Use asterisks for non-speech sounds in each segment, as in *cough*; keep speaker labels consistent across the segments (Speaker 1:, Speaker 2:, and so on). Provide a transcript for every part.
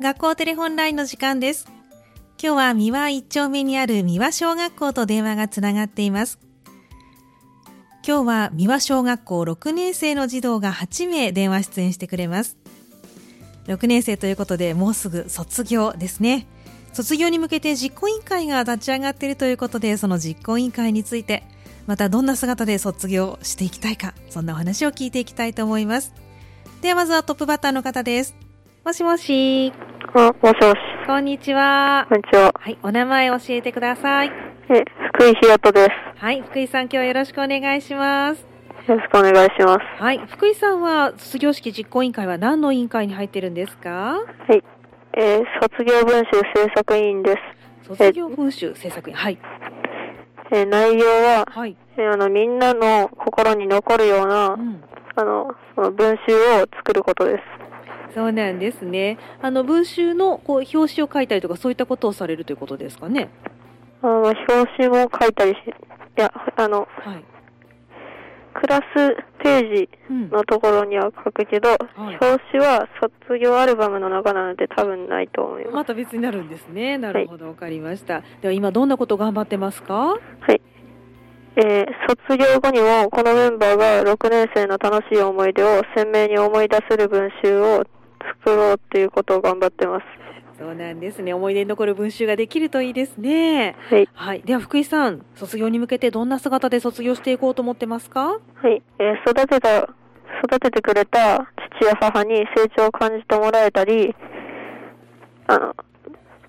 Speaker 1: 学校テレホンラインの時間です今日は三輪一丁目にある三輪小学校と電話がつながっています今日は三輪小学校6年生の児童が8名電話出演してくれます6年生ということでもうすぐ卒業ですね卒業に向けて実行委員会が立ち上がっているということでその実行委員会についてまたどんな姿で卒業していきたいかそんなお話を聞いていきたいと思いますではまずはトップバッターの方ですもしもし
Speaker 2: あ、もしもし。
Speaker 1: こんにちは
Speaker 2: こんにちは。
Speaker 1: はいお名前教えてください
Speaker 2: え、福井ひよとです。
Speaker 1: はい福井さん今日はよろしくお願いします
Speaker 2: よろしくお願いします。
Speaker 1: はい福井さんは卒業式実行委員会は何の委員会に入ってるんですか
Speaker 2: はい。えー卒業文集制作委員です。
Speaker 1: 卒業文集制作委員はい
Speaker 2: えー内容は、
Speaker 1: はい
Speaker 2: えーあの、みんなの心に残るような、
Speaker 1: うん
Speaker 2: あの、その文集を作ることです。
Speaker 1: そうなんですね。あの文集のこう表紙を書いたりとかそういったことをされるということですかね。
Speaker 2: あの、表紙も書いたりし、いや、あの、
Speaker 1: はい。
Speaker 2: クラスページ
Speaker 1: うん。
Speaker 2: のところには書くけど、
Speaker 1: い
Speaker 2: 表紙は卒業アルバムの中なので多分ないと思います。
Speaker 1: また別になるんですね。なるほど、わかりました。では今どんなことを頑張ってますか。
Speaker 2: はい。えー卒業後にもこのメンバーが6年生の楽しい思い出を鮮明に思い出せる文集を作ろうということを頑張ってます。
Speaker 1: そうなんですね。思い出に残る文集ができるといいですね。
Speaker 2: はい。
Speaker 1: はい。では福井さん、卒業に向けてどんな姿で卒業していこうと思ってますか。
Speaker 2: はい。えー育てた、育ててくれた父や母に成長を感じてもらえたり、あの、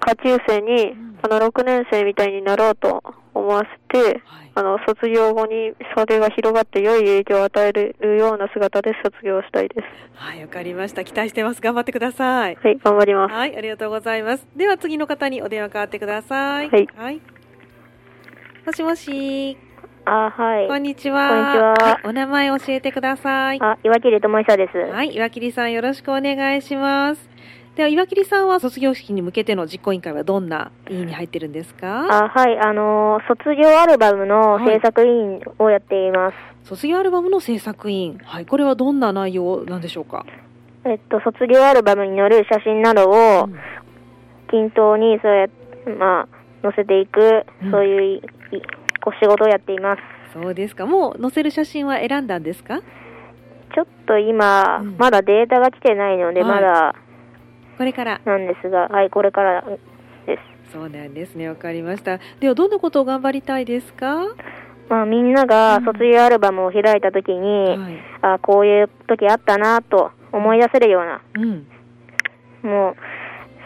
Speaker 2: 下級生に
Speaker 1: ん
Speaker 2: あの6年生みたいになろうと思わせて、
Speaker 1: はい。
Speaker 2: あの、卒業後にそれが広がって良い影響を与えるような姿で卒業したいで
Speaker 1: はい、わかりました。期待してます。頑張ってください
Speaker 2: す。。はい、頑張ります。
Speaker 1: はい、ありがとうございます。では次の方にお電話変わってください。
Speaker 2: はい
Speaker 1: もしもし、
Speaker 3: あ、はい。
Speaker 1: こんにちは。
Speaker 3: こんにちは
Speaker 1: はいお名前教えてください。
Speaker 3: あ、岩切智久です。
Speaker 1: はい、岩切さんよろしくお願いします。では岩切さんは卒業式に向けての実行委員会はどんな委員に入ってるんですか。
Speaker 3: あ、はい。あのー、卒業アルバムの制作委員をやっています。
Speaker 1: 卒業アルバムの制作委員。はい、これはどんな内容なんでしょうか。
Speaker 3: えっと、卒業アルバムに載る写真などを
Speaker 1: うん
Speaker 3: 均等にそうや、まあ、載せていく
Speaker 1: うん、
Speaker 3: そういうい、いお仕事をやっています。
Speaker 1: そうですか。もう載せる写真は選んだんですか。
Speaker 3: ちょっと今、
Speaker 1: うん
Speaker 3: まだデータが来てないので、
Speaker 1: はい
Speaker 3: まだ
Speaker 1: これから。
Speaker 3: なんですが、はい、これからです。
Speaker 1: そうなんですね。わかりました。ではどんなことを頑張りたいですか。
Speaker 3: まあ、みんな
Speaker 1: う
Speaker 3: が
Speaker 1: ん
Speaker 3: 卒業アルバムを開いたときに、
Speaker 1: はい。
Speaker 3: あ、こういう時あったなと思い出せるような、
Speaker 1: うん。
Speaker 3: もう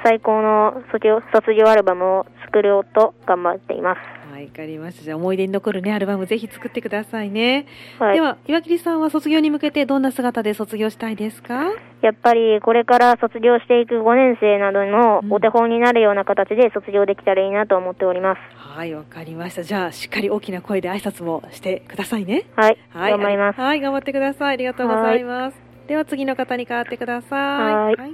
Speaker 3: 最高の卒業卒業アルバムを作ろうと頑張っています。
Speaker 1: はい、わかりました。じゃあ思い出に残るね、アルバムぜひ作ってくださいね。
Speaker 3: はい
Speaker 1: で、は、岩切さんは卒業に向けてどんな姿で卒業したいですか
Speaker 3: やっぱりこれから卒業していく5年生などの
Speaker 1: うん
Speaker 3: お手本になるような形で卒業できたらいいなと思っております。
Speaker 1: はい、わかりました。じゃあ、しっかり大きな声で挨拶もしてくださいね。
Speaker 3: はい、
Speaker 1: はい、
Speaker 3: 頑張ります。
Speaker 1: はい、頑張ってください。ありがとうございます。では、次の方に代わってください。
Speaker 3: はい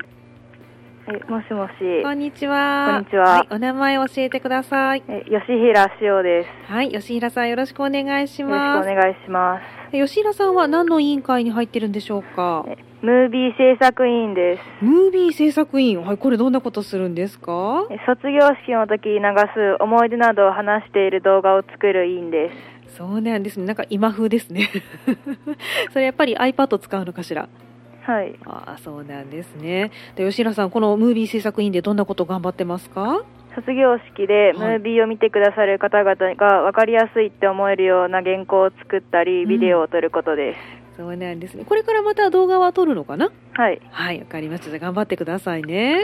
Speaker 4: えもしもし。
Speaker 1: こんにちは。
Speaker 4: こんにちはい
Speaker 1: お名前教えてください。
Speaker 4: え吉平しおです。
Speaker 1: はい、吉平さんよろしくお願いし
Speaker 4: よろしく
Speaker 1: ま
Speaker 4: お
Speaker 1: す。
Speaker 4: 願いします。
Speaker 1: 吉平さんは何の委員会に入ってるんでしょうか
Speaker 4: えムービー制作委員です。
Speaker 1: ムービー制作委員。はい、これどんなことするんですか
Speaker 4: え卒業式の時に流す思い出などを話している動画を作る委員です。
Speaker 1: そうなんですね。なんか今風ですね。 *laughs* それやっぱり iPad を使うのかしら。
Speaker 4: はい。
Speaker 1: ああ、そうなんですね。で、吉浦さん、このムービー制作委員でどんなことを頑張ってますか。
Speaker 4: 卒業式でム
Speaker 1: はい
Speaker 4: ービーを見てくださる方々が分かりやすいって思えるような原稿を作ったり、
Speaker 1: うん
Speaker 4: ビデオを撮ることです。
Speaker 1: そうなんですね。これからまた動画は撮るのかな。
Speaker 4: はい。
Speaker 1: はい、わかりました。じゃあ頑張ってくださいね。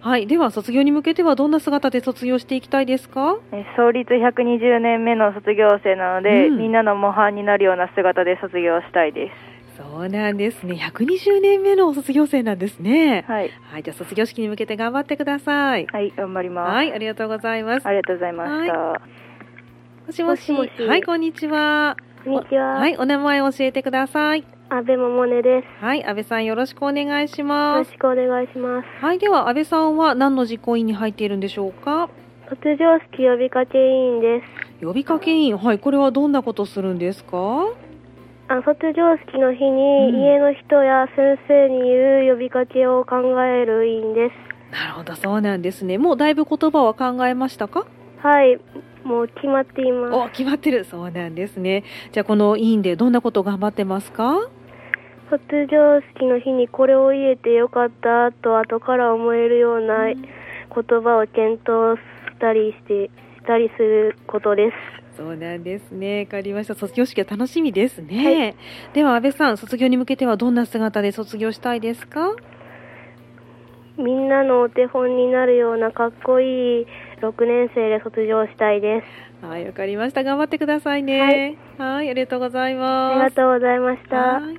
Speaker 1: は、
Speaker 4: はいい、
Speaker 1: では卒業に向けてはどんな姿で卒業していきたいですか。
Speaker 4: え創立120年目の卒業生なので、
Speaker 1: うん
Speaker 4: みんなの模範になるような姿で卒業したいで
Speaker 1: そうなんですね。120年目の卒業生なんですね
Speaker 4: す。。はい。
Speaker 1: はい、じゃあ卒業式に向けて頑張ってください。
Speaker 4: はい、頑張ります。
Speaker 1: はい、ありがとうございます。
Speaker 4: ありがとうございました。
Speaker 1: もしもし。
Speaker 3: もしもし
Speaker 1: はい、こんにちは。
Speaker 3: こんにちは。
Speaker 1: はい、お名前教えてください。
Speaker 3: 安倍桃音です。
Speaker 1: はい、安倍さんよろしくお願いし
Speaker 3: よ
Speaker 1: ま
Speaker 3: ろ
Speaker 1: す。
Speaker 3: しくお願いします。
Speaker 1: はい、では安倍さんは何の実行委員に入っているんでしょうか。
Speaker 3: 卒業式呼びかけ委員です。
Speaker 1: 呼びかけ委員、はい、これはどんなことするんですか。
Speaker 3: あ卒業式の日
Speaker 1: うん
Speaker 3: に家の人や先生に言う呼びかけを考える委員です。
Speaker 1: なるほど、そうなんですね。もうだいぶ言葉は考えましたか
Speaker 3: はい、もう決まっています。
Speaker 1: お、決まってる。そうなんですね。じゃあ、この委員でどんなことを頑張ってますか
Speaker 3: 卒業式の日にこれを言えてよかったと後から思えるような言葉を検討したりして、したりすることです。
Speaker 1: そうなんですね。わかりました。卒業式は楽しみですね。では、安倍さん、卒業に向けてはどんな姿で卒業したいですか
Speaker 3: みんなのお手本になるようなかっこいい6年生で卒業したいです。
Speaker 1: はい、わかりました。頑張ってくださいね。はい、ありがとうござい
Speaker 3: あ
Speaker 1: ま
Speaker 3: り
Speaker 1: す。
Speaker 3: がとうございました。
Speaker 1: はい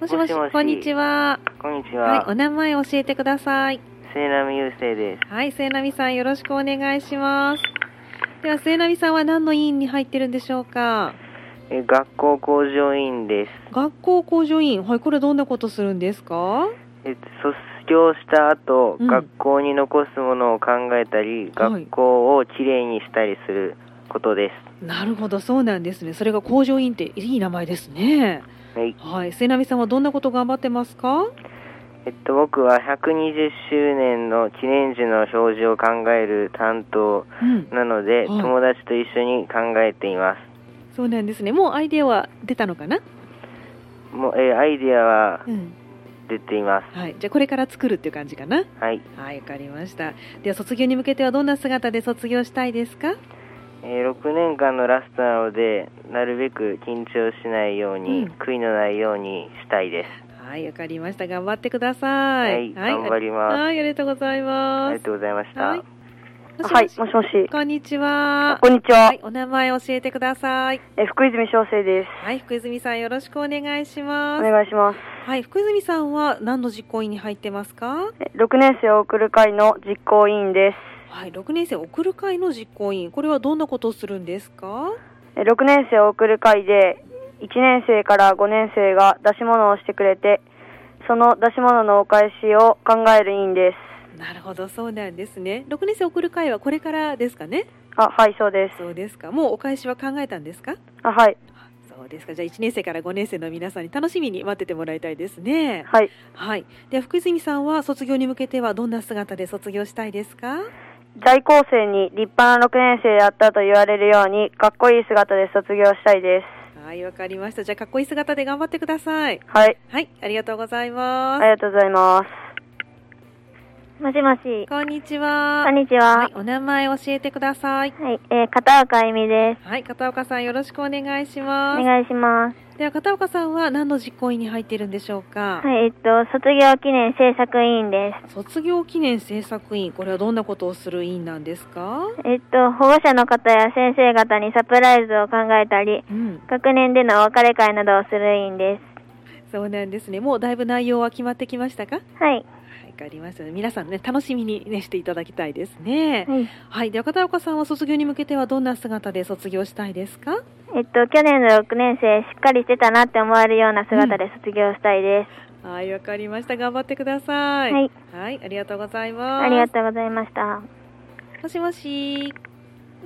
Speaker 1: もしもし、
Speaker 5: もしもし
Speaker 1: こんにちは。
Speaker 5: こんにち
Speaker 1: はい
Speaker 5: は、、
Speaker 1: お名前教えてください。
Speaker 5: セーラム優勢です。
Speaker 1: はい、末波さん、よろしくお願いします。では、末波さんは何の委員に入ってるんでしょうか。
Speaker 5: え学校工場委員です。
Speaker 1: 学校工場委員、はい、これどんなことするんですか。
Speaker 5: え卒業した後、
Speaker 1: うん
Speaker 5: 学校に残すものを考えた
Speaker 1: は
Speaker 5: り、
Speaker 1: い
Speaker 5: 学校をきれいにしたりすることで
Speaker 1: なるほど、そうなんですね。それが工場委員っていい名前ですね。
Speaker 5: す。はい。
Speaker 1: はい、末波さんはどんなこと頑張ってますか。
Speaker 5: えっと僕は120周年の記念樹の表示を考える担当
Speaker 1: うん、
Speaker 5: なの
Speaker 1: は
Speaker 5: で、
Speaker 1: い
Speaker 5: 友達と一緒に考えていま
Speaker 1: そうなんですね。もうアイデアは出たのかな。
Speaker 5: す。もうえアイデアは
Speaker 1: うん、
Speaker 5: 出ています。
Speaker 1: はい、じゃあ、これから作るっていう感じかな。
Speaker 5: はい。
Speaker 1: はい、わかりました。では、卒業に向けてはどんな姿で卒業したいですか。
Speaker 5: えー6年間のラストなのでなるべく緊張しないように、
Speaker 1: うん
Speaker 5: 悔いのないようにしたいです。
Speaker 1: はい、わかりました。頑張ってください。
Speaker 5: はい頑張ります
Speaker 1: はい、ありがとうござい
Speaker 5: あ
Speaker 1: ま
Speaker 5: り
Speaker 1: す
Speaker 5: が。とうございました。
Speaker 1: はいもし
Speaker 6: はい、
Speaker 1: も
Speaker 6: も
Speaker 1: し
Speaker 6: しもし。
Speaker 1: こんにちは。
Speaker 6: こんにちは。
Speaker 1: はい、お名前教えてください。
Speaker 6: え福泉翔生です。
Speaker 1: はい、福泉さん、よろしくお願いし
Speaker 6: お
Speaker 1: ます。
Speaker 6: 願いします。
Speaker 1: はい、福泉さんは何の実行委員に入ってますか。
Speaker 6: え6年生を送る会の実行委員で
Speaker 1: はい、六年生送る会の実行委員、これはどんなことをするんですか。
Speaker 6: す。え6年生を送る会で、1年生から5年生が出し物をしてくれて、その出し物のお返しを考える委員です。
Speaker 1: なるほど、そうなんですね。六年生送る会はこれからですかね。
Speaker 6: あ、はい、そうです。
Speaker 1: そうですか。もうお返しは考えたんですか。
Speaker 6: あ、はい、
Speaker 1: あそうですか。じゃあ一年生から五年生の皆さんに楽しみに待っててもらいたいですね。
Speaker 6: はい。
Speaker 1: はい。では福泉さんは卒業に向けてはどんな姿で卒業したいですか。
Speaker 6: 在校生に立派な6年生だったと言われるように、かっこいい姿で卒業したいです。
Speaker 1: はい、わかりました。じゃあかっこいい姿で頑張ってください。
Speaker 6: はい、
Speaker 1: はい、ありがとうございま
Speaker 6: あ
Speaker 1: す。
Speaker 6: りがとうございます。
Speaker 3: もしもし。
Speaker 1: こんにちは。
Speaker 3: こんにち
Speaker 1: は。、
Speaker 3: はい
Speaker 1: お名前教えてください。
Speaker 3: はい、えー片岡あゆみです。
Speaker 1: はい、片岡さんよろしくお願いし
Speaker 3: お
Speaker 1: ます。
Speaker 3: 願いします。
Speaker 1: では片岡さんは何の実行委員に入っているんでしょうか。
Speaker 3: はい、えっと、卒業記念制作委員で
Speaker 1: 卒業記念制作委員、これはどんなことをする委員なんですか。
Speaker 3: す。えっと、保護者の方や先生方にサプライズを考えたり、
Speaker 1: うん、
Speaker 3: 学年でのお別れ会などをする委員で
Speaker 1: そうなんですね。もうだいぶ内容は決まってきましたか。
Speaker 3: す。はい。
Speaker 1: はい、わかりました。皆さんね、楽しみにね、していただきたいですね。
Speaker 3: はい
Speaker 1: はい、では片岡さんは卒業に向けてはどんな姿で卒業したいですか。
Speaker 3: えっと、去年の6年生、しっかりしてたなって思えるような姿で卒業したいです。
Speaker 1: はい、わかりました。頑張ってください。
Speaker 3: はい、
Speaker 1: はい、ありがとうございます。
Speaker 3: ありがとうございました。
Speaker 1: もしもし。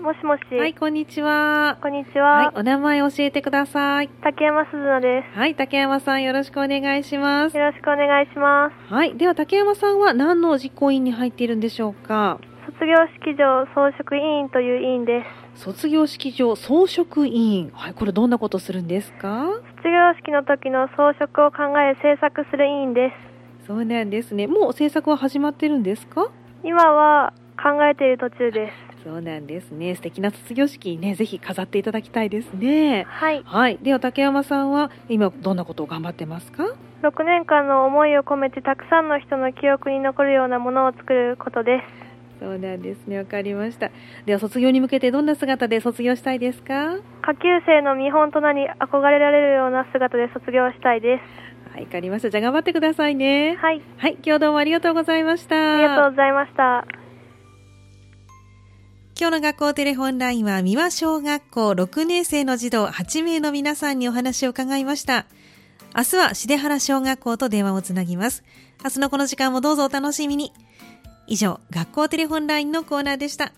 Speaker 3: もしもし
Speaker 1: はい、こんにちは。
Speaker 3: こんにち
Speaker 1: はい、お名前教えてください。
Speaker 3: 竹山鈴乃で
Speaker 1: はい、竹山さんよろしくお願いします。
Speaker 3: よろしくお願いします。
Speaker 1: はい、では竹山さんは何の実行委員に入っているんでしょうか。
Speaker 3: 卒業式場装飾委員という委員です。
Speaker 1: 卒業式場装飾委員。はい、これどんなことするんですか。
Speaker 3: 卒業式の時の装飾を考え制作する委員です。
Speaker 1: そうなんですね。もう制作は始まってるんですか。
Speaker 3: 今は考えている途中です。
Speaker 1: そうなんですね。素敵な卒業式にね、ぜひ飾っていただきたいですね。
Speaker 3: はい。
Speaker 1: はい、では竹山さんは今どんなことを頑張ってますか。
Speaker 3: 6年間の思いを込めてたくさんの人の記憶に残るようなものを作ることです。
Speaker 1: そうなんですね。わかりました。では卒業に向けてどんな姿で卒業したいですか。
Speaker 3: 下級生の見本となり憧れられるような姿で卒業したいで
Speaker 1: はい、わかりました。じゃあ頑張ってくださいね
Speaker 3: す。。はい。
Speaker 1: はい、今日どうもありがとうございました。
Speaker 3: ありがとうございました。
Speaker 1: 今日の学校テレホンラインは三輪小学校6年生の児童8名の皆さんにお話を伺いました。明日は重原小学校と電話をつなぎます。明日のこの時間もどうぞお楽しみに。以上、学校テレホンラインのコーナーでした。